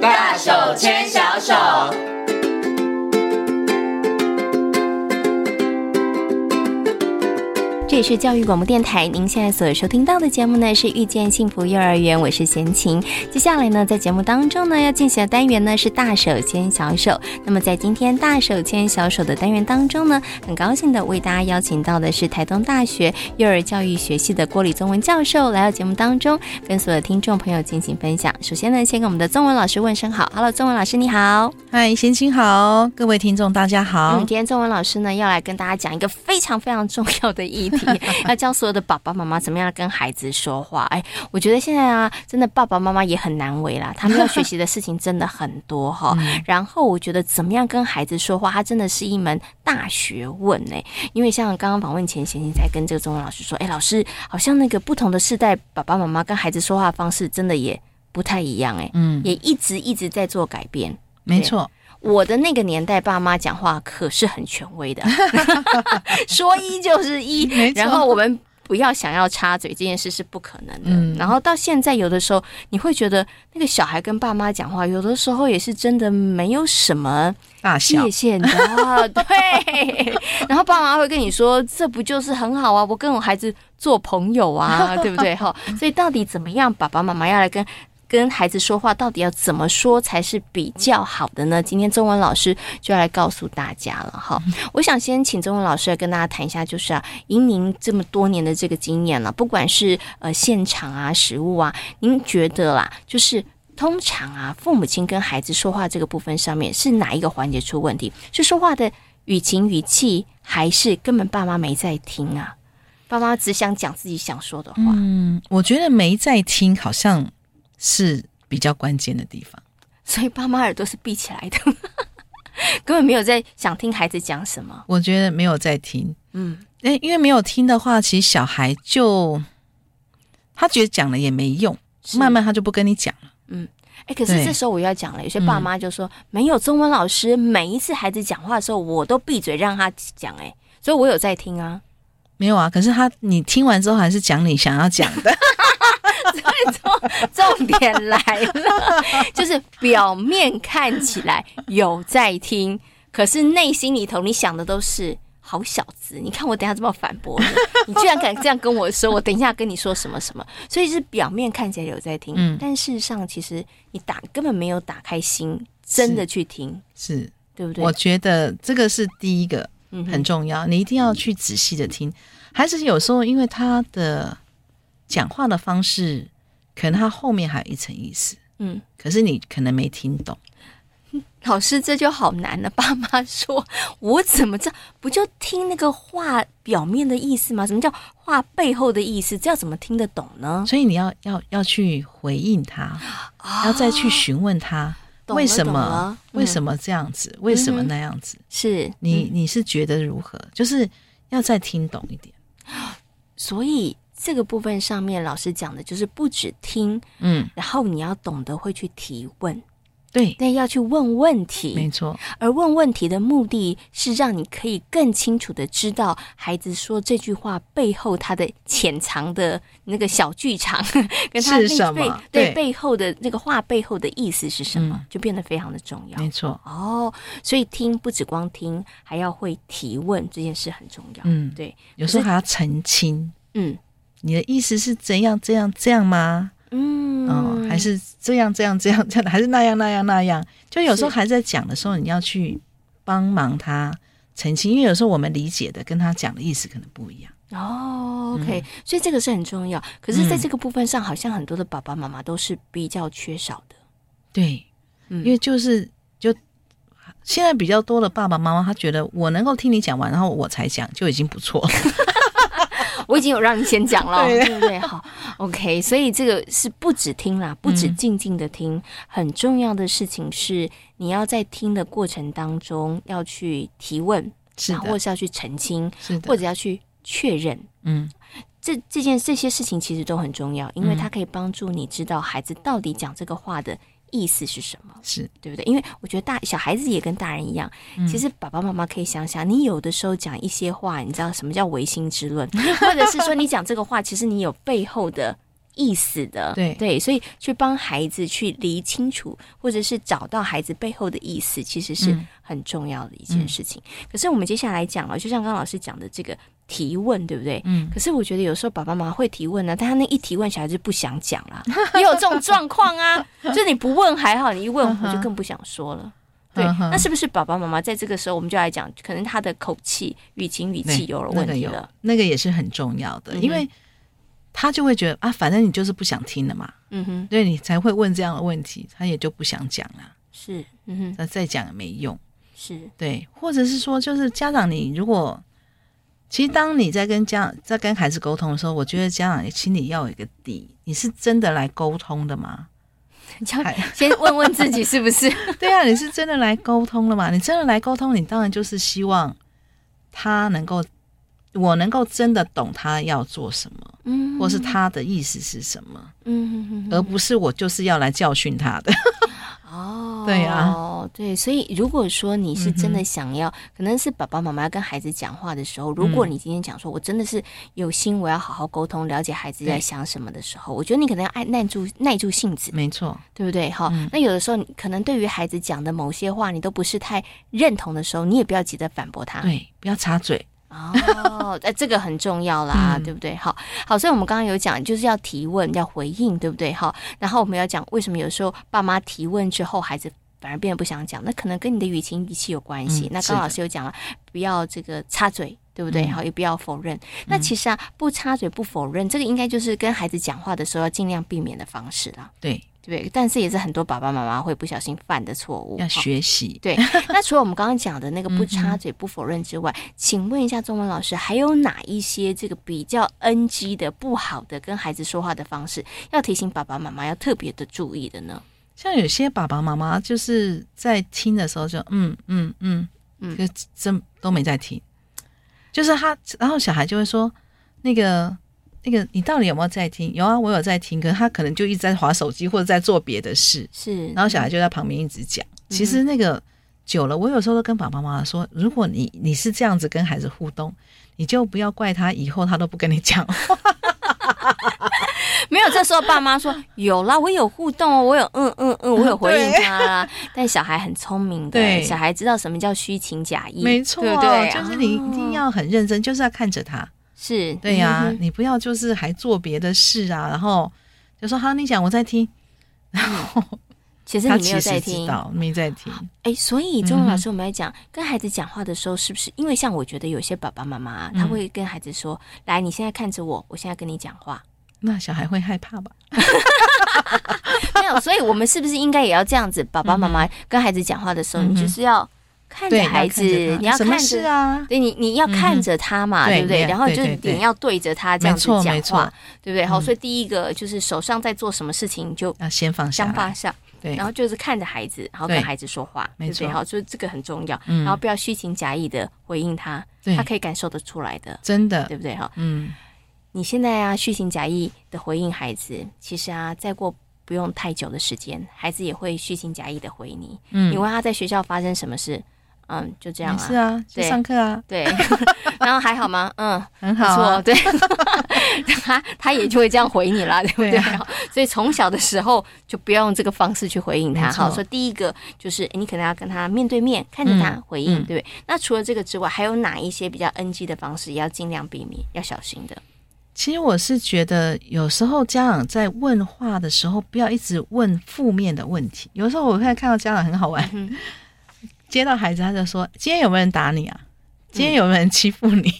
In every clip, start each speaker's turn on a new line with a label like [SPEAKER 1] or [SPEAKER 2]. [SPEAKER 1] 大手牵小手。
[SPEAKER 2] 这里是教育广播电台，您现在所收听到的节目呢是《遇见幸福幼儿园》，我是贤琴。接下来呢，在节目当中呢要进行的单元呢是“大手牵小手”。那么在今天“大手牵小手”的单元当中呢，很高兴的为大家邀请到的是台东大学幼儿教育学系的郭礼宗文教授来到节目当中，跟所有听众朋友进行分享。首先呢，先跟我们的宗文老师问声好，Hello，宗文老师你好。
[SPEAKER 3] 嗨，贤青好，各位听众大家好。
[SPEAKER 2] 嗯，今天中文老师呢要来跟大家讲一个非常非常重要的议 题，要教所有的爸爸妈妈怎么样跟孩子说话。哎，我觉得现在啊，真的爸爸妈妈也很难为啦，他们要学习的事情真的很多哈、
[SPEAKER 3] 嗯
[SPEAKER 2] 然后我觉得怎么样跟孩子说话，它真的是一门大学问呢、因为像刚刚访问前，贤贤才跟这个中文老师说，哎，老师好像那个不同的世代爸爸妈妈跟孩子说话方式真的也不太一样哎、
[SPEAKER 3] 嗯，
[SPEAKER 2] 也一直一直在做改变。
[SPEAKER 3] 没错，
[SPEAKER 2] 我的那个年代，爸妈讲话可是很权威 的，说一就是一
[SPEAKER 3] 没。错
[SPEAKER 2] 然后我们不要想要插嘴这件事是不可能的。
[SPEAKER 3] 嗯
[SPEAKER 2] 然后到现在，有的时候你会觉得那个小孩跟爸妈讲话，有的时候也是真的没有什么
[SPEAKER 3] 大小
[SPEAKER 2] 界限 的， 对。然后爸妈会跟你说，这不就是很好啊？我跟我孩子做朋友啊，对不对？哈，所以到底怎么样，爸爸妈妈要来跟。跟孩子说话到底要怎么说才是比较好的呢？今天中文老师就要来告诉大家了哈。我想先请中文老师来跟大家谈一下，就是啊，以您这么多年的这个经验了，不管是呃现场啊、实物啊，您觉得啦，就是通常啊，父母亲跟孩子说话这个部分上面是哪一个环节出问题？是说话的语情语气，还是根本爸妈没在听啊？爸妈只想讲自己想说的话，
[SPEAKER 3] 嗯，我觉得没在听好像是比较关键的地方。
[SPEAKER 2] 所以爸妈耳朵是闭起来的， 根本没有在想听孩子讲什么。
[SPEAKER 3] 我觉得没有在听，
[SPEAKER 2] 嗯，
[SPEAKER 3] 诶，因为没有听的话，其实小孩就他觉得讲了也没用，
[SPEAKER 2] 是
[SPEAKER 3] 慢慢他就不跟你讲了。
[SPEAKER 2] 哎，可是
[SPEAKER 3] 对嗯
[SPEAKER 2] 这时候我又要讲了，有些爸妈就说、没有中文老师，每一次孩子讲话的时候，我都闭嘴让他讲、哎，所以我有在听啊，
[SPEAKER 3] 没有啊，可是他你听完之后还是讲你想要讲 的，
[SPEAKER 2] 重点来了，就是表面看起来有在听，可是内心里头你想的都是。好小子，你看我等一下这么反驳 你，你居然敢这样跟我说，我等一下跟你说什么什么，所以是表面看起来有在听，
[SPEAKER 3] 嗯
[SPEAKER 2] 但事实上其实你打根本没有打开心，真的去听，
[SPEAKER 3] 是
[SPEAKER 2] 对不对？
[SPEAKER 3] 我觉得这个是第一个，
[SPEAKER 2] 嗯哼
[SPEAKER 3] 很重要，你一定要去仔细的听。孩子有时候因为他的讲话的方式，可能他后面还有一层意思，
[SPEAKER 2] 嗯，
[SPEAKER 3] 可是你可能没听懂。
[SPEAKER 2] 老师，这就好难了。爸妈说，我怎么知道？不就听那个话表面的意思吗？什么叫话背后的意思？这要怎么听得懂呢？
[SPEAKER 3] 所以你要要要去回应他，要再去询问他
[SPEAKER 2] 啊懂了
[SPEAKER 3] 为什
[SPEAKER 2] 懂
[SPEAKER 3] 么
[SPEAKER 2] 了、嗯
[SPEAKER 3] 为什么这样子，为什么
[SPEAKER 2] 嗯哼
[SPEAKER 3] 那样子？
[SPEAKER 2] 是
[SPEAKER 3] 你你是觉得如何？就是要再听懂一点。
[SPEAKER 2] 所以这个部分上面，老师讲的就是不止听，
[SPEAKER 3] 嗯，
[SPEAKER 2] 然后你要懂得会去提问，
[SPEAKER 3] 对，
[SPEAKER 2] 对，要去问问
[SPEAKER 3] 没
[SPEAKER 2] 题。
[SPEAKER 3] 错，
[SPEAKER 2] 而问问题的目的是让你可以更清楚的知道孩子说这句话背后他的潜藏的那个小剧场， 跟他
[SPEAKER 3] 是
[SPEAKER 2] 背
[SPEAKER 3] 什么
[SPEAKER 2] 背
[SPEAKER 3] 对
[SPEAKER 2] 对背后的那个话背后的意思是什么，就变得非常的重要。
[SPEAKER 3] 没错。
[SPEAKER 2] 哦，所以听不只光听，还要会提问，这件事很重要。
[SPEAKER 3] 嗯
[SPEAKER 2] 对，
[SPEAKER 3] 有时候
[SPEAKER 2] 可是
[SPEAKER 3] 还要澄清，
[SPEAKER 2] 嗯
[SPEAKER 3] 你的意思是怎样这样这样吗？
[SPEAKER 2] 嗯
[SPEAKER 3] 嗯，还是这样这样这样 这样，还是那样那样那样。就有时候
[SPEAKER 2] 是
[SPEAKER 3] 还在讲的时候，你要去帮忙他澄清，因为有时候我们理解的跟他讲的意思可能不一样。
[SPEAKER 2] 哦，OK，、所以
[SPEAKER 3] 嗯
[SPEAKER 2] 这个是很重要。可是，在这个部分上，好像很多的爸爸妈妈都是比较缺少的。
[SPEAKER 3] 对，
[SPEAKER 2] 嗯
[SPEAKER 3] 因为就是就现在比较多的爸爸妈妈，他觉得我能够听你讲完，然后我才讲就已经不 错了。
[SPEAKER 2] 我已经有让你先讲了，
[SPEAKER 3] 对
[SPEAKER 2] 对不对？好，OK，所以这个是不止听
[SPEAKER 3] 嗯
[SPEAKER 2] 啦，不止静静的听，很重要的事情是你要在听的过程当中要去提问，
[SPEAKER 3] 是
[SPEAKER 2] 然后或
[SPEAKER 3] 的，
[SPEAKER 2] 是要去澄清，
[SPEAKER 3] 是的，
[SPEAKER 2] 或者要去确认。
[SPEAKER 3] 嗯，
[SPEAKER 2] 这这件这些事情其实都很重要，因为
[SPEAKER 3] 嗯
[SPEAKER 2] 它可以帮助你知道孩子到底讲这个话的意思是什么。
[SPEAKER 3] 是
[SPEAKER 2] 对不对？因为我觉得大小孩子也跟大人一样，
[SPEAKER 3] 嗯
[SPEAKER 2] 其实爸爸妈妈可以想想，你有的时候讲一 些话，你知道什么叫唯心之论，或者是说你讲这个话，其实你有背后的意思的。
[SPEAKER 3] 对
[SPEAKER 2] 对，所以去帮孩子去理清楚，或者是找到孩子背后的意思，其实是
[SPEAKER 3] 嗯
[SPEAKER 2] 很重要的一件事情。可是我们接下来讲了，就像刚刚老师讲的这个提问，对不对？
[SPEAKER 3] 嗯，
[SPEAKER 2] 可是我觉得有时候爸爸妈妈会提问呢、啊但他那一提问，小孩就不想讲 啦，也有这种状况啊。就是你不问还好，你一问
[SPEAKER 3] 嗯哼
[SPEAKER 2] 我就更不想说了。对，
[SPEAKER 3] 嗯哼
[SPEAKER 2] 那是不是爸爸妈妈在这个时候，我们就来讲，可能他的口气、语情、语气
[SPEAKER 3] 对
[SPEAKER 2] 有了问题
[SPEAKER 3] 那个有
[SPEAKER 2] 了？，
[SPEAKER 3] 那个也是很重要
[SPEAKER 2] 嗯
[SPEAKER 3] 的，
[SPEAKER 2] 哼
[SPEAKER 3] 因为他就会觉得啊，反正你就是不想听了嘛，
[SPEAKER 2] 嗯哼，
[SPEAKER 3] 所以你才会问这样的问题，他也就不想讲了，
[SPEAKER 2] 是，嗯哼，
[SPEAKER 3] 那再讲也没用。
[SPEAKER 2] 是，
[SPEAKER 3] 对，或者是说，就是家长，你如果其实当你在跟家在跟孩子沟通的时候，我觉得家长心里要有一个底，你是真的来沟通的吗？
[SPEAKER 2] 这样
[SPEAKER 3] 还
[SPEAKER 2] 先问问自己是不 是？
[SPEAKER 3] 对啊，你是真的来沟通了嘛？你真的来沟通，你当然就是希望他能够，我能够真的懂他要做什么，
[SPEAKER 2] 嗯
[SPEAKER 3] 或是，他的意思是什么，
[SPEAKER 2] 嗯哼
[SPEAKER 3] 而不是我就是要来教训他的。
[SPEAKER 2] 哦，
[SPEAKER 3] 对嗯啊
[SPEAKER 2] 哦，对，所以如果说你是真的想要，可能是爸爸妈妈跟孩子讲话的时候，如
[SPEAKER 3] 嗯
[SPEAKER 2] 果你今天讲说，我真的是有心，我要好好沟通，了解孩子在
[SPEAKER 3] 对
[SPEAKER 2] 想什么的时候，我觉得你可能要爱耐住耐住性子，
[SPEAKER 3] 没错，
[SPEAKER 2] 对不对？哈、
[SPEAKER 3] 嗯
[SPEAKER 2] 那有的时候你可能对于孩子讲的某些话，你都不是太认同的时候，你也不要急着反驳他，
[SPEAKER 3] 对，不要插嘴。
[SPEAKER 2] 哦，哎，这个很重要啦，
[SPEAKER 3] 嗯
[SPEAKER 2] 对不对？好，好，所以我们刚刚有讲，就是要提问，要回应，对不对？好，然后我们要讲为什么有时候爸妈提问之后，孩子反而变得不想讲，那可能跟你的语情语气有关系。
[SPEAKER 3] 嗯
[SPEAKER 2] 那
[SPEAKER 3] 是
[SPEAKER 2] 刚
[SPEAKER 3] 的
[SPEAKER 2] 老师有讲了，不要这个插嘴。对不对？
[SPEAKER 3] 嗯
[SPEAKER 2] 好，也不要否认。那其实啊，不插嘴、不否认，这个应该就是跟孩子讲话的时候要尽量避免的方式啦，
[SPEAKER 3] 对，
[SPEAKER 2] 对不对？但是也是很多爸爸妈妈会不小心犯的错误。
[SPEAKER 3] 要
[SPEAKER 2] 好
[SPEAKER 3] 学习。
[SPEAKER 2] 对，那除了我们刚刚讲的那个不
[SPEAKER 3] 嗯
[SPEAKER 2] 插嘴、不否认之外，请问一下中文老师，还有哪一些这个比较 NG 的、不好的跟孩子说话的方式，要提醒爸爸妈妈要特别的注意的呢？
[SPEAKER 3] 像有些爸爸妈妈就是在听的时候就嗯嗯嗯
[SPEAKER 2] 嗯
[SPEAKER 3] 嗯，就真都没在听，就是他，然后小孩就会说那个那个你到底有没有在听？有啊，我有在听，可是他可能就一直在划手机或者在做别的事，
[SPEAKER 2] 是，
[SPEAKER 3] 然后小孩就在旁边一直讲。
[SPEAKER 2] 嗯
[SPEAKER 3] 其实那个久了，我有时候都跟爸爸妈妈说，如果你你是这样子跟孩子互动，你就不要怪他以后他都不跟你讲
[SPEAKER 2] 嗯
[SPEAKER 3] 话。
[SPEAKER 2] 没有，这时候爸妈说有啦，我有互动哦，我有嗯嗯嗯，我有回应他啦。但小孩很聪明的，
[SPEAKER 3] 对
[SPEAKER 2] 小孩知道什么叫虚情假意，
[SPEAKER 3] 没错，
[SPEAKER 2] 对不对？
[SPEAKER 3] 就是你一定
[SPEAKER 2] 哦
[SPEAKER 3] 要很认真，就是要看着他。
[SPEAKER 2] 是，
[SPEAKER 3] 对呀、
[SPEAKER 2] 嗯哼
[SPEAKER 3] 你不要就是还做别的事啊，然后就说好，你讲我在听，
[SPEAKER 2] 其实
[SPEAKER 3] 他
[SPEAKER 2] 嗯你没
[SPEAKER 3] 其
[SPEAKER 2] 有在
[SPEAKER 3] 实
[SPEAKER 2] 听
[SPEAKER 3] 知，道没在听，
[SPEAKER 2] 哎，所以中文
[SPEAKER 3] 嗯哼
[SPEAKER 2] 老师，我们来讲、跟孩子讲话的时候，是不是因为像我觉得有些爸爸妈妈啊、他
[SPEAKER 3] 嗯
[SPEAKER 2] 会跟孩子说：“来，你现在看着我，我现在跟你讲话。
[SPEAKER 3] 那小孩会害怕吧？”
[SPEAKER 2] 没有，所以我们是不是应该也要这样子？爸爸妈
[SPEAKER 3] 嗯
[SPEAKER 2] 妈跟孩子讲话的时候，你就是要看着
[SPEAKER 3] 对，
[SPEAKER 2] 孩子，你要
[SPEAKER 3] 什么
[SPEAKER 2] 看
[SPEAKER 3] 事
[SPEAKER 2] 着。
[SPEAKER 3] 啊？
[SPEAKER 2] 对你，你要看着他嘛，
[SPEAKER 3] 嗯哼
[SPEAKER 2] 对不对？
[SPEAKER 3] 对
[SPEAKER 2] 然后就是
[SPEAKER 3] 对对对
[SPEAKER 2] 脸要对着他这
[SPEAKER 3] 没
[SPEAKER 2] 样子
[SPEAKER 3] 错，
[SPEAKER 2] 讲
[SPEAKER 3] 没
[SPEAKER 2] 话
[SPEAKER 3] 错，，
[SPEAKER 2] 对不对？好，
[SPEAKER 3] 嗯
[SPEAKER 2] 所以第一个就是手上在做什么事情，你就
[SPEAKER 3] 要先放下
[SPEAKER 2] 想放
[SPEAKER 3] 来，
[SPEAKER 2] 下，
[SPEAKER 3] 对
[SPEAKER 2] 然，后就是看着孩子，然后跟
[SPEAKER 3] 对
[SPEAKER 2] 孩子说话，
[SPEAKER 3] 没
[SPEAKER 2] 对不对？
[SPEAKER 3] 错
[SPEAKER 2] 好，所以这个很重要，
[SPEAKER 3] 嗯
[SPEAKER 2] 然后不要虚情假意的回应他，
[SPEAKER 3] 对
[SPEAKER 2] 他可以感受得出来的，
[SPEAKER 3] 真的
[SPEAKER 2] 对，不对？哈，
[SPEAKER 3] 嗯，
[SPEAKER 2] 你现在啊虚情假意的回应孩子，其实啊再过。不用太久的时间，孩子也会虚情假意的回你。
[SPEAKER 3] 嗯
[SPEAKER 2] 你问他在学校发生什么事，嗯，就这样
[SPEAKER 3] 没
[SPEAKER 2] 啊。
[SPEAKER 3] 事啊，去
[SPEAKER 2] 对
[SPEAKER 3] 上课啊，
[SPEAKER 2] 对， 然后还好吗？嗯，
[SPEAKER 3] 很
[SPEAKER 2] 不
[SPEAKER 3] 好
[SPEAKER 2] 错，
[SPEAKER 3] 啊，
[SPEAKER 2] 对， 他他也就会这样回你 啦，对不对？
[SPEAKER 3] 对啊
[SPEAKER 2] 所以从小的时候就不要用这个方式去回应他。
[SPEAKER 3] 没错
[SPEAKER 2] 好，所以第一个就是诶你可能要跟他面对面看着他
[SPEAKER 3] 嗯
[SPEAKER 2] 回应，
[SPEAKER 3] 嗯
[SPEAKER 2] 对不对？那除了这个之外，还有哪一些比较 NG 的方式也要尽量避免，要小心的？
[SPEAKER 3] 其实我是觉得，有时候家长在问话的时候，不要一直问负面的问题。有时候我会看到家长很好玩，
[SPEAKER 2] 嗯
[SPEAKER 3] 接到孩子他就说：“今天有没有人打你啊？今天有没有人欺负你？”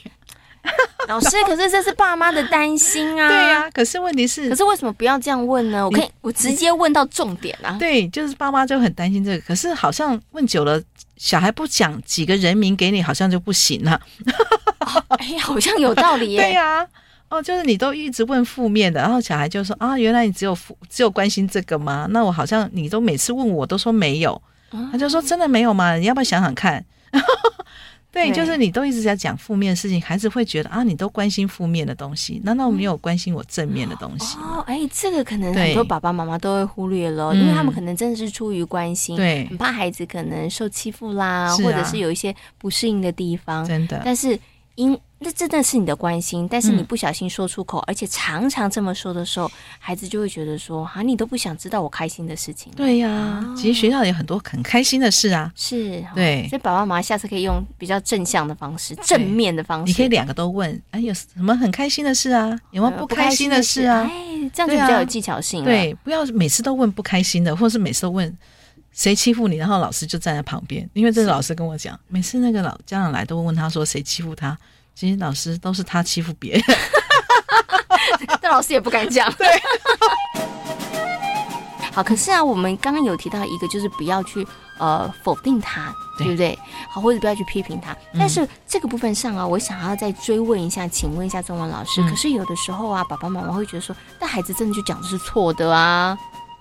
[SPEAKER 2] 老师，可是这是爸妈的担心啊。
[SPEAKER 3] 对呀、、可是问题是，
[SPEAKER 2] 可是为什么不要这样问呢？我可以，我直接问到重点啊。
[SPEAKER 3] 对，就是爸妈就很担心这个。可是好像问久了，小孩不讲几个人名给你，好像就不行了。
[SPEAKER 2] 哎，好像有道 理耶。
[SPEAKER 3] 对呀、哦，就是你都一直问负面的，然后小孩就说啊，原来你只有负，只有关心这个吗？那我好像你都每次问我都说没有，
[SPEAKER 2] 啊
[SPEAKER 3] 他就说真的没有吗？你要不要想想看？ 对，
[SPEAKER 2] 对
[SPEAKER 3] 就是你都一直在讲负面的事情，孩子会觉得啊，你都关心负面的东西，难道没有关心我正面的东西？
[SPEAKER 2] 哦，哎，这个可能
[SPEAKER 3] 对
[SPEAKER 2] 很多爸爸妈妈都会忽略了，
[SPEAKER 3] 嗯
[SPEAKER 2] 因为他们可能真的是出于关心，
[SPEAKER 3] 对
[SPEAKER 2] 很怕孩子可能受欺负啦，
[SPEAKER 3] 是啊
[SPEAKER 2] 或者是有一些不适应的地方，
[SPEAKER 3] 真的，嗯
[SPEAKER 2] 但是因那真的是你的关心，但是你不小心说出口，而且常常这么说的时候，孩子就会觉得说啊，你都不想知道我开心的事情。
[SPEAKER 3] 对呀、
[SPEAKER 2] 哦
[SPEAKER 3] 其实学校有很多很开心的事啊，
[SPEAKER 2] 是，哦
[SPEAKER 3] 对
[SPEAKER 2] 所以爸爸妈妈下次可以用比较正向的方式、正面的方式，
[SPEAKER 3] 你可以两个都问，哎，有什么很开心的事啊？有没
[SPEAKER 2] 呃
[SPEAKER 3] 有不开心的事啊？
[SPEAKER 2] 哎，这样就
[SPEAKER 3] 对啊
[SPEAKER 2] 比较有技巧性了。
[SPEAKER 3] 对，不要每次都问不开心的，或是每次都问谁欺负你，然后老师就站在旁边。因为这个老师跟我讲，每次那个老家长来都问他说谁欺负他，其实老师都是他欺负别人。
[SPEAKER 2] 但老师也不敢讲。对。 好，可是啊，我们刚刚有提到一个，就是不要去呃否定他，
[SPEAKER 3] 对嗯
[SPEAKER 2] 对不对？好，或者不要去批评他。但是这个部分上啊，我想要再追问一下，请问一下中文老师。
[SPEAKER 3] 嗯
[SPEAKER 2] 可是有的时候啊，爸爸妈妈会觉得说，那孩子真的就讲的是错的啊，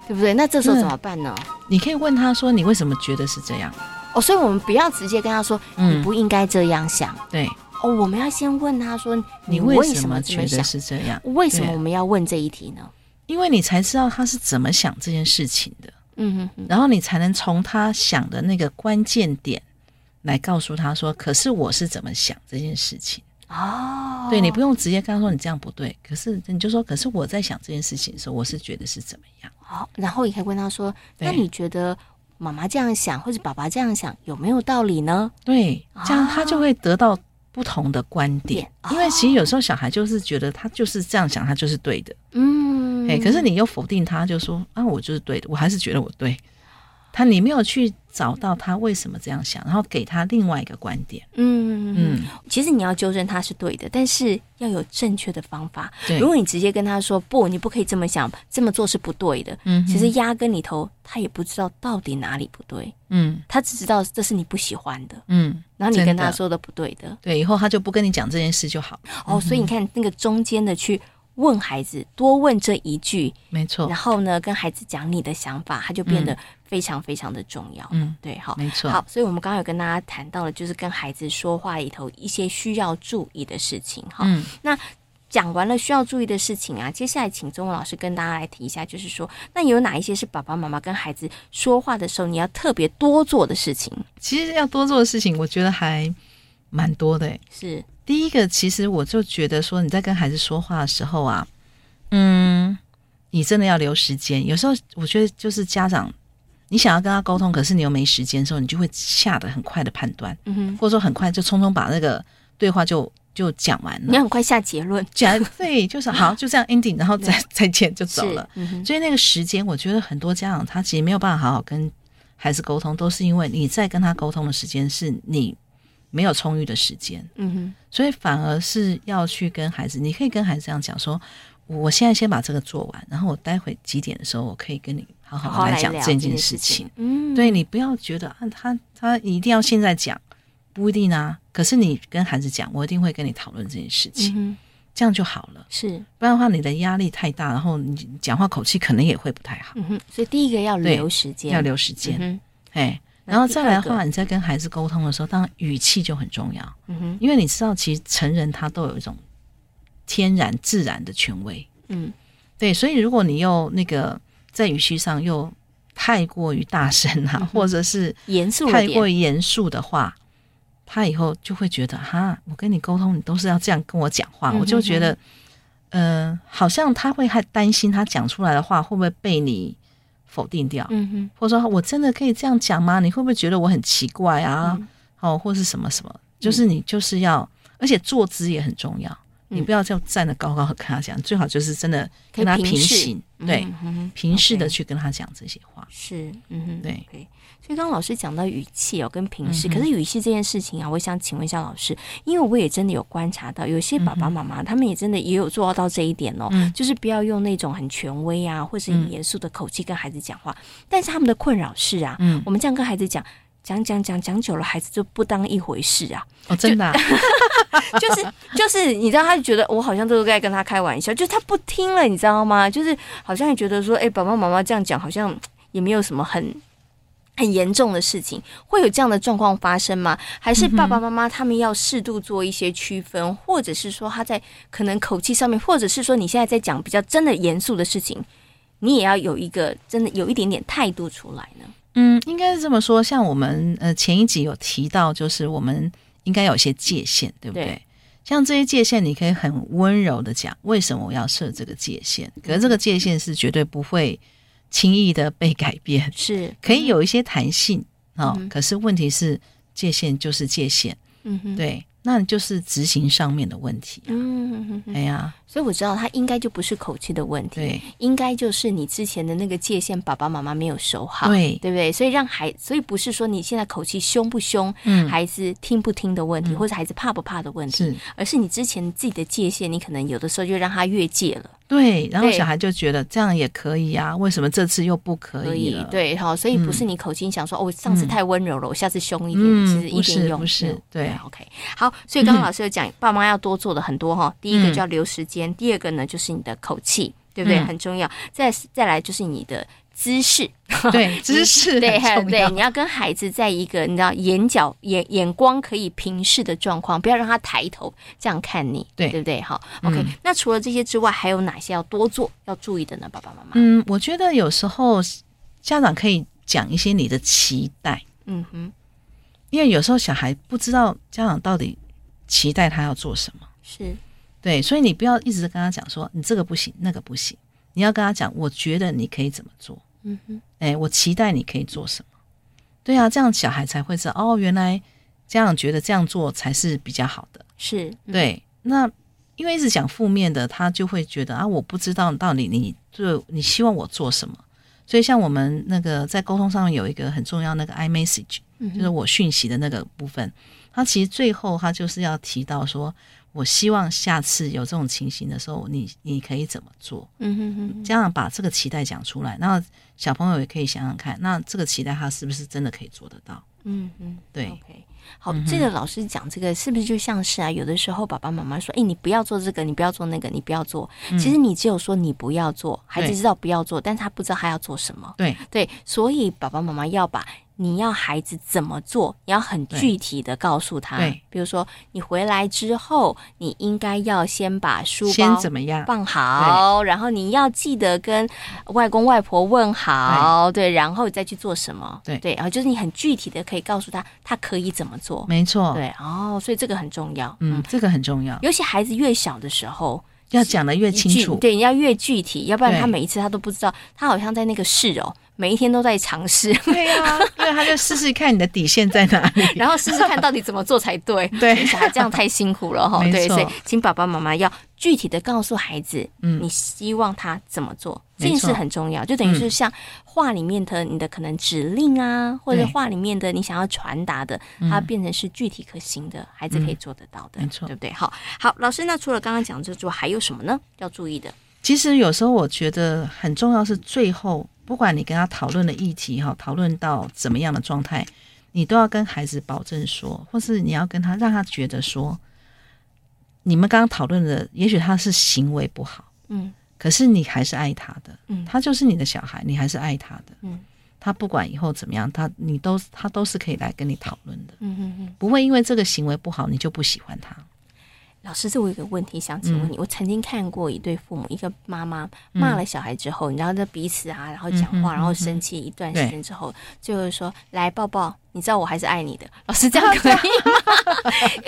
[SPEAKER 2] 对不对？那这
[SPEAKER 3] 嗯
[SPEAKER 2] 时候怎么办呢？
[SPEAKER 3] 你可以问他说你为什么觉得是这样？
[SPEAKER 2] 哦，所以我们不要直接跟他说，
[SPEAKER 3] 嗯
[SPEAKER 2] 你不应该这样想。
[SPEAKER 3] 对
[SPEAKER 2] 哦，我们要先问他说，
[SPEAKER 3] 你
[SPEAKER 2] 为
[SPEAKER 3] 为
[SPEAKER 2] 什
[SPEAKER 3] 什么
[SPEAKER 2] 么这
[SPEAKER 3] 觉
[SPEAKER 2] 么
[SPEAKER 3] 得
[SPEAKER 2] 想？
[SPEAKER 3] 是这样？
[SPEAKER 2] 为什
[SPEAKER 3] 对
[SPEAKER 2] 么我们要问这一题呢？
[SPEAKER 3] 因为你才知道他是怎么想这件事情的，
[SPEAKER 2] 嗯哼哼，
[SPEAKER 3] 然后你才能从他想的那个关键点来告诉他说，可是我是怎么想这件事情。
[SPEAKER 2] 哦，
[SPEAKER 3] 对你不用直接跟他说你这样不对，可是你就说，可是我在想这件事情的时候，我是觉得是怎么样？
[SPEAKER 2] 好，然后也可以问他说：“
[SPEAKER 3] 对
[SPEAKER 2] 那你觉得妈妈这样想，或者爸爸这样想，有没有道理呢
[SPEAKER 3] 对，这样他就会得到不同的观点，
[SPEAKER 2] 点
[SPEAKER 3] 因为其实有时候小孩就是觉得他就是这样想，他就是对的，？”
[SPEAKER 2] 嗯，
[SPEAKER 3] 哎、可是你又否定他，就说啊，我就是对的，我还是觉得我对。他你没有去找到他为什么这样想，然后给他另外一个观点，
[SPEAKER 2] 嗯嗯，
[SPEAKER 3] 嗯，
[SPEAKER 2] 其实你要纠正他是对的，但是要有正确的方法。
[SPEAKER 3] 对
[SPEAKER 2] 如，果你直接跟他说“不，你不可以这么想，这么做是不对的”，
[SPEAKER 3] 嗯哼
[SPEAKER 2] 其实压根里头他也不知道到底哪里不对，
[SPEAKER 3] 嗯
[SPEAKER 2] 他只知道这是你不喜欢的，
[SPEAKER 3] 嗯，
[SPEAKER 2] 然后你跟
[SPEAKER 3] 真的
[SPEAKER 2] 他说的不对的。
[SPEAKER 3] 对，以后他就不跟你讲这件事就好了，
[SPEAKER 2] 哦，所以你看那个中间的去问孩子，多问这一句，
[SPEAKER 3] 没错
[SPEAKER 2] 然，后呢，跟孩子讲你的想法，他就变得非常非常的重要。
[SPEAKER 3] 嗯，
[SPEAKER 2] 对，好，
[SPEAKER 3] 没错，
[SPEAKER 2] 好，所以我们刚刚有跟大家谈到了，就是跟孩子说话里头一些需要注意的事情。哈、
[SPEAKER 3] 嗯
[SPEAKER 2] 讲完了需要注意的事情啊，接下来请中文老师跟大家来提一下，就是说，那有哪一些是爸爸妈妈跟孩子说话的时候你要特别多做的事情？
[SPEAKER 3] 其实要多做的事情，我觉得还蛮多的欸。
[SPEAKER 2] 是，
[SPEAKER 3] 第一个，其实我就觉得说，你在跟孩子说话的时候啊，嗯，你真的要留时间。有时候我觉得就是家长，你想要跟他沟通，可是你又没时间的时候，你就会下的很快的判断，
[SPEAKER 2] 嗯哼，
[SPEAKER 3] 或者说很快就匆匆把那个对话就就讲完
[SPEAKER 2] 你
[SPEAKER 3] 了
[SPEAKER 2] 要，很快下结论，
[SPEAKER 3] 讲对，就是好，就这样 ending，然后再 再见就走
[SPEAKER 2] 是
[SPEAKER 3] 了。，
[SPEAKER 2] 嗯哼，
[SPEAKER 3] 所以那个时间，我觉得很多家长他其实没有办法好好跟孩子沟通，都是因为你在跟他沟通的时间是你没有充裕的时间，
[SPEAKER 2] 嗯哼，
[SPEAKER 3] 所以反而是要去跟孩子，你可以跟孩子这样讲说：我现在先把这个做完，然后我待会几点的时候，我可以跟你好
[SPEAKER 2] 好
[SPEAKER 3] 好
[SPEAKER 2] 好
[SPEAKER 3] 地
[SPEAKER 2] 来
[SPEAKER 3] 来讲
[SPEAKER 2] 聊
[SPEAKER 3] 这
[SPEAKER 2] 这
[SPEAKER 3] 件
[SPEAKER 2] 件
[SPEAKER 3] 事
[SPEAKER 2] 事
[SPEAKER 3] 情
[SPEAKER 2] 情。，嗯，
[SPEAKER 3] 对你不要觉得啊，他他一定要现在讲，不一定啊。可是你跟孩子讲，我一定会跟你讨论这件事
[SPEAKER 2] 嗯
[SPEAKER 3] 情，
[SPEAKER 2] 哼，
[SPEAKER 3] 这样就好了。
[SPEAKER 2] 是，
[SPEAKER 3] 不然的话，你的压力太大，然后你讲话口气可能也会不太好。
[SPEAKER 2] 嗯哼，所以第一个要
[SPEAKER 3] 对
[SPEAKER 2] 留时间，
[SPEAKER 3] 要留时间，
[SPEAKER 2] 嗯
[SPEAKER 3] 哎、
[SPEAKER 2] 那
[SPEAKER 3] 然后再来的
[SPEAKER 2] 第二
[SPEAKER 3] 话，你在跟孩子沟通的时候，当然语气就很重要，
[SPEAKER 2] 哼，嗯哼，
[SPEAKER 3] 因为你知道，其实成人他都有一种天然自然的权威，
[SPEAKER 2] 嗯。
[SPEAKER 3] 对，所以如果你又那个在语气上又太过于大声啊，或者是
[SPEAKER 2] 严肃了
[SPEAKER 3] 太
[SPEAKER 2] 嗯点
[SPEAKER 3] 过，于严肃的话，他以后就会觉得哈，我跟你沟通，你都是要这样跟我讲
[SPEAKER 2] 嗯
[SPEAKER 3] 话，
[SPEAKER 2] 哼嗯
[SPEAKER 3] 我就觉得，呃，好像他会还担心他讲出来的话会不会被你否定掉，
[SPEAKER 2] 嗯哼，
[SPEAKER 3] 或者说我真的可以这样讲吗？你会不会觉得我很奇怪啊？
[SPEAKER 2] 嗯
[SPEAKER 3] 哦，或是什么什么，就是你就是要，而且坐姿也很重要，
[SPEAKER 2] 嗯
[SPEAKER 3] 你不要就站得高高的跟他讲，最好就是真的
[SPEAKER 2] 可以
[SPEAKER 3] 跟他
[SPEAKER 2] 平
[SPEAKER 3] 平
[SPEAKER 2] 视
[SPEAKER 3] 行，对，
[SPEAKER 2] 嗯哼
[SPEAKER 3] 平视的
[SPEAKER 2] OK
[SPEAKER 3] 去跟他讲这些话，
[SPEAKER 2] 是，嗯哼，
[SPEAKER 3] 对
[SPEAKER 2] OK 所以刚刚老师讲到语气哦，跟平视，
[SPEAKER 3] 嗯哼
[SPEAKER 2] 可是语气这件事情啊，我想请问一下老师，因为我也真的有观察到，有些爸爸妈妈、他们也真的也有做到这一点哦，
[SPEAKER 3] 嗯
[SPEAKER 2] 就是不要用那种很权威啊，或是很
[SPEAKER 3] 嗯
[SPEAKER 2] 严肃的口气跟孩子讲话，但是他们的困扰是啊，
[SPEAKER 3] 嗯
[SPEAKER 2] 我，们这样跟孩子讲。讲讲讲讲久了，孩子就不当一回事啊！
[SPEAKER 3] 哦，真的啊、
[SPEAKER 2] 就是就是，你知道，他就觉得我好像都是在跟他开玩笑，就是他不听了，你知道吗？就是好像也觉得说，哎、爸爸妈妈这样讲，好像也没有什么很很严重的事情，会有这样的状况发生吗？还是爸爸妈妈他们要适度做一些区分，或者是说他在可能口气上面，或者是说你现在在讲比较真的严肃的事情，你也要有一个真的有一点点态度出来呢？
[SPEAKER 3] 嗯，应该是这么说。像我们呃前一集有提到，就是我们应该有一些界限，对不对？
[SPEAKER 2] 对
[SPEAKER 3] 像这些界限，你可以很温柔的讲，为什么我要设这个界限？可是这个界限是绝对不会轻易的被改变，
[SPEAKER 2] 是，
[SPEAKER 3] 可以有一些弹性啊、哦
[SPEAKER 2] 嗯
[SPEAKER 3] 可是问题是，界限就是界限，
[SPEAKER 2] 嗯哼，
[SPEAKER 3] 对，那就是执行上面的问题。
[SPEAKER 2] 嗯哼哼哼，
[SPEAKER 3] 哎呀，
[SPEAKER 2] 所以我知道他应该就不是口气的问题，
[SPEAKER 3] 对
[SPEAKER 2] 应该就是你之前的那个界限，爸爸妈妈没有守好，
[SPEAKER 3] 啊对，
[SPEAKER 2] 啊对不对？所以让孩，所以不是说你现在口气凶不凶，
[SPEAKER 3] 嗯，
[SPEAKER 2] 孩子听不听的问题，或者孩子怕不怕的问题，
[SPEAKER 3] 是
[SPEAKER 2] 而是你之前自己的界限，你可能有的时候就让他越界了。
[SPEAKER 3] 对，然后
[SPEAKER 2] 对
[SPEAKER 3] 小孩就觉得这样也可以啊，为什么这次又不可以了？，
[SPEAKER 2] 对，好，所以不是你口气想说、哦，我上次太温柔了，我下次凶一点，
[SPEAKER 3] 嗯
[SPEAKER 2] 其实一点用
[SPEAKER 3] 不是
[SPEAKER 2] 没有啊
[SPEAKER 3] 不是对
[SPEAKER 2] ，OK，好，所以刚刚老师有讲，爸妈要多做的很多哈，第一个
[SPEAKER 3] 嗯
[SPEAKER 2] 就要留时间，第二个呢就是你的口气，对不对？
[SPEAKER 3] 嗯
[SPEAKER 2] 很重要，再再来就是你的姿势，
[SPEAKER 3] 对，知识
[SPEAKER 2] 对，
[SPEAKER 3] 很
[SPEAKER 2] 还有
[SPEAKER 3] 重
[SPEAKER 2] 对，
[SPEAKER 3] 要。
[SPEAKER 2] 你要跟孩子在一个你知道眼角眼眼光可以平视的状况，不要让他抬头这样看你，
[SPEAKER 3] 对
[SPEAKER 2] 对不对？好
[SPEAKER 3] 嗯
[SPEAKER 2] ，OK，、那除了这些之外，还有哪些要多做要注意的呢？爸爸妈妈，
[SPEAKER 3] 嗯，我觉得有时候家长可以讲一些你的期待，
[SPEAKER 2] 嗯哼，
[SPEAKER 3] 因为有时候小孩不知道家长到底期待他要做什么。
[SPEAKER 2] 是，
[SPEAKER 3] 对，所以你不要一直跟他讲说你这个不行，那个不行，你要跟他讲，我觉得你可以怎么做，
[SPEAKER 2] 嗯哼。
[SPEAKER 3] 哎，我期待你可以做什么。对啊，这样小孩才会知道哦，原来家长觉得这样做才是比较好的。
[SPEAKER 2] 是，嗯，
[SPEAKER 3] 对，那因为一直讲负面的，他就会觉得啊，我不知道到底你对你希望我做什么。所以像我们那个在沟通上面有一个很重要那个 i message，
[SPEAKER 2] 嗯
[SPEAKER 3] 就是
[SPEAKER 2] 哼
[SPEAKER 3] 我讯息的那个部分，他其实最后他就是要提到说，我希望下次有这种情形的时候，你你可以怎么做？
[SPEAKER 2] 嗯哼哼哼，
[SPEAKER 3] 家长把这个期待讲出来，那小朋友也可以想想看，那这个期待他是不是真的可以做得到？
[SPEAKER 2] 嗯哼，
[SPEAKER 3] 对嗯
[SPEAKER 2] OK，好，这个老师讲这个是不是就像是啊？有的时候爸爸妈妈说：“哎，你不要做这个，你不要做那个，你不要做。”其实你只有说你不要做，孩子
[SPEAKER 3] 嗯对
[SPEAKER 2] 知道不要做，但是他不知道他要做什么。
[SPEAKER 3] 对，
[SPEAKER 2] 对，所以爸爸妈妈要把你要孩子怎么做，你要很
[SPEAKER 3] 对
[SPEAKER 2] 具体的告诉他
[SPEAKER 3] 对。
[SPEAKER 2] 比如说，你回来之后，你应该要先把书包
[SPEAKER 3] 先怎么样？
[SPEAKER 2] 放好，然后你要记得跟外公外婆问好，对，然后再去做什么，
[SPEAKER 3] 对
[SPEAKER 2] 对，然后就是你很具体的可以告诉他他可以怎么做，
[SPEAKER 3] 没错，
[SPEAKER 2] 对，哦，所以这个很重要，
[SPEAKER 3] 嗯，，这个很重要，
[SPEAKER 2] 尤其孩子越小的时候，
[SPEAKER 3] 要讲的越
[SPEAKER 2] 你
[SPEAKER 3] 清
[SPEAKER 2] 具
[SPEAKER 3] 楚。
[SPEAKER 2] 对，你要越具体，要不然
[SPEAKER 3] 对
[SPEAKER 2] 他每一次他都不知道，他好像在那个试哦，每一天都在尝试，
[SPEAKER 3] 对呀、因为他就试试看你的底线在哪里。
[SPEAKER 2] 然后试试看到底怎么做才对，
[SPEAKER 3] 对
[SPEAKER 2] 小孩这样太辛苦了哈，
[SPEAKER 3] 没
[SPEAKER 2] 对，
[SPEAKER 3] 错
[SPEAKER 2] 所以请爸爸妈妈要具体的告诉孩子，
[SPEAKER 3] 嗯
[SPEAKER 2] 你希望他怎么做，这
[SPEAKER 3] 没
[SPEAKER 2] 件
[SPEAKER 3] 错嗯
[SPEAKER 2] 事很重要，就等于是像话里面的你的可能指令啊，或者
[SPEAKER 3] 对嗯
[SPEAKER 2] 话里面的你想要传达的，它变成是具体可行的，孩子可以做得到的，
[SPEAKER 3] 没错
[SPEAKER 2] 对不对？好，好，老师，那除了刚刚讲这之外，还有什么呢？要注意的，
[SPEAKER 3] 其实有时候我觉得很重要是最后，不管你跟他讨论的议题哈，讨论到怎么样的状态，你都要跟孩子保证说，或是你要跟他让他觉得说，你们刚刚讨论的，也许他是行为不好，
[SPEAKER 2] 嗯
[SPEAKER 3] 可是你还是爱他的，
[SPEAKER 2] 嗯
[SPEAKER 3] 他就是你的小孩，你还是爱他的，
[SPEAKER 2] 嗯，
[SPEAKER 3] 他不管以后怎么样，他你都他都是可以来跟你讨论的，
[SPEAKER 2] 嗯嗯嗯。
[SPEAKER 3] 不会因为这个行为不好你就不喜欢他，
[SPEAKER 2] 老师，这我有个问题想请问你。我曾经看过一对父母，一个妈妈骂了小孩之后，你知道这彼此啊，然后讲
[SPEAKER 3] 嗯
[SPEAKER 2] 话，
[SPEAKER 3] 哼
[SPEAKER 2] 然后生气一段时间之后，最后说来抱抱，你知道我还是爱你的。老师这样可以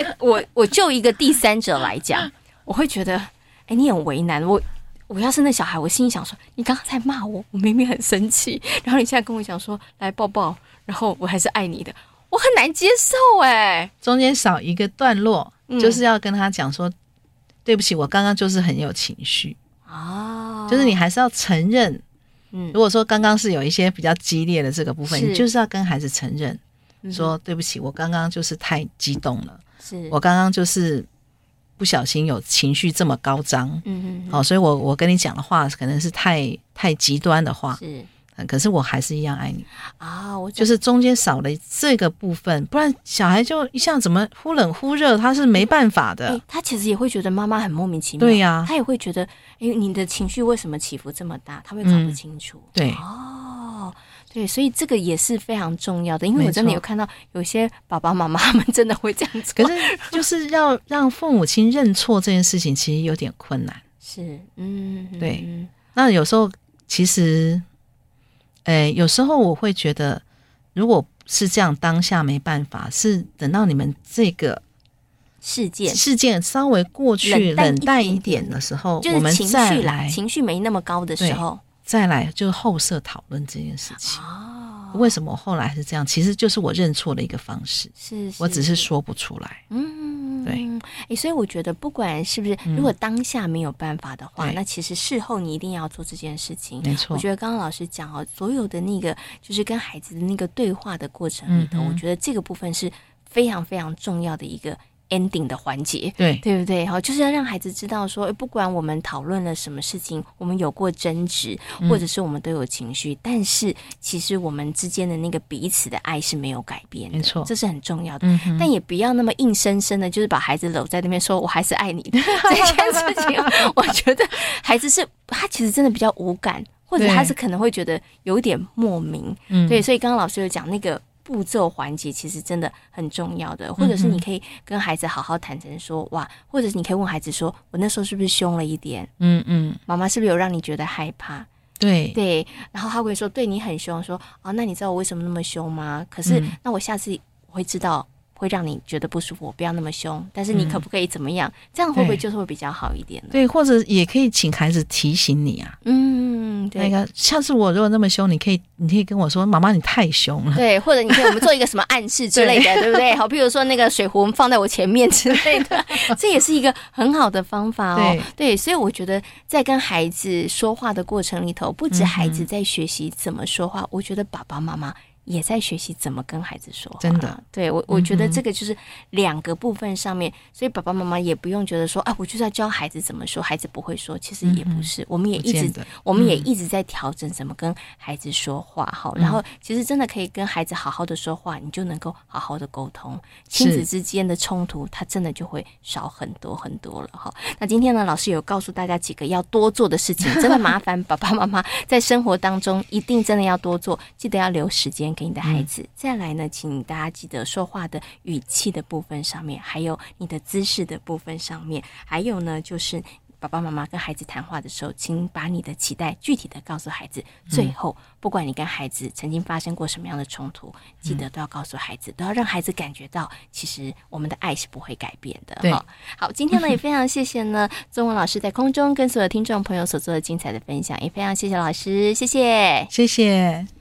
[SPEAKER 2] 吗？ 我我就一个第三者来讲，我会觉得，哎，你很为难我。我要是那小孩，我心里想说，你刚刚在骂我，我明明很生气，然后你现在跟我讲说来抱抱，然后我还是爱你的，我很难接受哎、
[SPEAKER 3] 中间少一个段落，
[SPEAKER 2] 嗯
[SPEAKER 3] 就是要跟他讲说，对不起，我刚刚就是很有情绪，
[SPEAKER 2] 啊，
[SPEAKER 3] 就是你还是要承认。
[SPEAKER 2] 嗯
[SPEAKER 3] 如果说刚刚是有一些比较激烈的这个部分，
[SPEAKER 2] 是
[SPEAKER 3] 你就是要跟孩子承认
[SPEAKER 2] 嗯
[SPEAKER 3] 说，对不起，我刚刚就是太激动了，
[SPEAKER 2] 是
[SPEAKER 3] 我刚刚就是不小心有情绪这么高涨。
[SPEAKER 2] 嗯嗯，
[SPEAKER 3] 哦，所以我我跟你讲的话可能是太太极端的话，
[SPEAKER 2] 是
[SPEAKER 3] 嗯可是我还是一样爱你。
[SPEAKER 2] 啊，我
[SPEAKER 3] 就
[SPEAKER 2] 就是
[SPEAKER 3] 是中间少了这个部分，不然小孩就一下怎么忽冷忽热，他是没办法的。
[SPEAKER 2] 哎，他其实也会觉得妈妈很莫名其妙，
[SPEAKER 3] 对呀
[SPEAKER 2] 他也会觉得，哎，你的情绪为什么起伏这么大？他会搞不
[SPEAKER 3] 嗯
[SPEAKER 2] 清楚。
[SPEAKER 3] 对
[SPEAKER 2] 哦，对，所以这个也是非常重要的，因为我
[SPEAKER 3] 没
[SPEAKER 2] 真的
[SPEAKER 3] 错
[SPEAKER 2] 有看到有些爸爸妈妈他们真的会这样子，
[SPEAKER 3] 可是就是要让 父母亲认错这件事情，其实有点困难。
[SPEAKER 2] 是嗯，
[SPEAKER 3] 对
[SPEAKER 2] 嗯
[SPEAKER 3] 那有时候其实，呃，有时候我会觉得，如果是这样，当下没办法，是等到你们这个
[SPEAKER 2] 事件，
[SPEAKER 3] 事件稍微过去
[SPEAKER 2] 冷淡一
[SPEAKER 3] 冷淡一
[SPEAKER 2] 点
[SPEAKER 3] 点的时候，
[SPEAKER 2] 就
[SPEAKER 3] 我
[SPEAKER 2] 是
[SPEAKER 3] 们
[SPEAKER 2] 情
[SPEAKER 3] 再
[SPEAKER 2] 绪啦，
[SPEAKER 3] 来
[SPEAKER 2] 情绪没那么高的时
[SPEAKER 3] 对
[SPEAKER 2] 候。
[SPEAKER 3] 再来就是后设讨论这件事情。
[SPEAKER 2] 哦，
[SPEAKER 3] 为什么后来是这样？其实就是我认错的一个方式，
[SPEAKER 2] 是，
[SPEAKER 3] 我只是，说不出来。
[SPEAKER 2] 嗯，
[SPEAKER 3] 对嗯
[SPEAKER 2] 诶，所以我觉得，不管是不是，如果当下没有办法的话，
[SPEAKER 3] 对
[SPEAKER 2] 那其实事后你一定要做这件事情。
[SPEAKER 3] 没错
[SPEAKER 2] 我觉得刚刚老师讲哦，所有的那个就是跟孩子的那个对话的过程里头，
[SPEAKER 3] 嗯哼
[SPEAKER 2] 我觉得这个部分是非常非常重要的一个 ending 的环节。
[SPEAKER 3] 对
[SPEAKER 2] 对不对？好，就是要让孩子知道说，诶不管我们讨论了什么事情，我们有过争执，或
[SPEAKER 3] 嗯
[SPEAKER 2] 者是我们都有情绪，但是其实我们之间的那个彼此的爱是没有改变的，
[SPEAKER 3] 没错
[SPEAKER 2] 这是很重要的。
[SPEAKER 3] 嗯哼，
[SPEAKER 2] 但也不要那么硬生生的，就是把孩子搂在那边说“我还是爱你 的”这件事情，我觉得孩子是他其实真的比较无感，或者
[SPEAKER 3] 对
[SPEAKER 2] 他是可能会觉得有点莫名。
[SPEAKER 3] 嗯
[SPEAKER 2] 对，所以刚刚老师有讲那个步骤环节，其实真的很重要
[SPEAKER 3] 嗯
[SPEAKER 2] 的，或者是你可以跟孩子好好坦诚说，哇，或者是你可以问孩子说，我那时候是不是凶了一点？
[SPEAKER 3] 嗯嗯，
[SPEAKER 2] 妈妈是不是有让你觉得害怕？
[SPEAKER 3] 对
[SPEAKER 2] 对，然后他会说对你很凶，说哦，那你知道我为什么那么凶吗？可是、
[SPEAKER 3] 嗯
[SPEAKER 2] 那我下次我会知道。会让你觉得不舒服，不要那么凶。但是你可不可以怎么样？这样会不会
[SPEAKER 3] 嗯对
[SPEAKER 2] 就是会比较好一点呢？
[SPEAKER 3] 对，或者也可以请孩子提醒你啊。
[SPEAKER 2] 嗯，对
[SPEAKER 3] 那个下次我如果那么凶，你可以你可以跟我说，妈妈你太凶了。
[SPEAKER 2] 对，或者你可以我们做一个什么暗示之类的，对不对？好，譬如说那个水壶放在我前面之类 的，这也是一个很好的方法哦。对，所以我觉得在跟孩子说话的过程里头，不止孩
[SPEAKER 3] 嗯
[SPEAKER 2] 子在学习怎么说话，我觉得爸爸妈妈。也在学习怎么跟孩子说话，
[SPEAKER 3] 真的，嗯
[SPEAKER 2] 对我我觉得这个就是两个部分上面，所以爸爸妈妈也不用觉得说啊，我就是要教孩子怎么说，孩子不会说，其实也不是，我们也
[SPEAKER 3] 嗯不
[SPEAKER 2] 一直
[SPEAKER 3] 见得
[SPEAKER 2] 我们也一直在调整怎么跟孩子说话哈，然后其实真的可以跟孩子好好的说话，你就能够好好的沟通，亲子之间的冲突它真的就会少很多很多了哈。那今天呢，老师有告诉大家几个要多做的事情，真的麻烦爸爸妈妈在生活当中一定真的要多做，记得要留时间给你的孩子。再来呢，请大家记得说话的语气的部分上面，还有你的姿势的部分上面，还有呢就是爸爸妈妈跟孩子谈话的时候，请把你的期待具体的告诉孩子。最后，不管你跟孩子曾经发生过什么样的冲突，记得都要告诉孩子，都要让孩子感觉到，其实我们的爱是不会改变的。
[SPEAKER 3] 对
[SPEAKER 2] 哈好，今天呢也非常谢谢呢， 宗文老师在空中跟所有听众朋友所做的精彩的分享，也非常谢谢老师，谢谢。
[SPEAKER 3] 谢谢。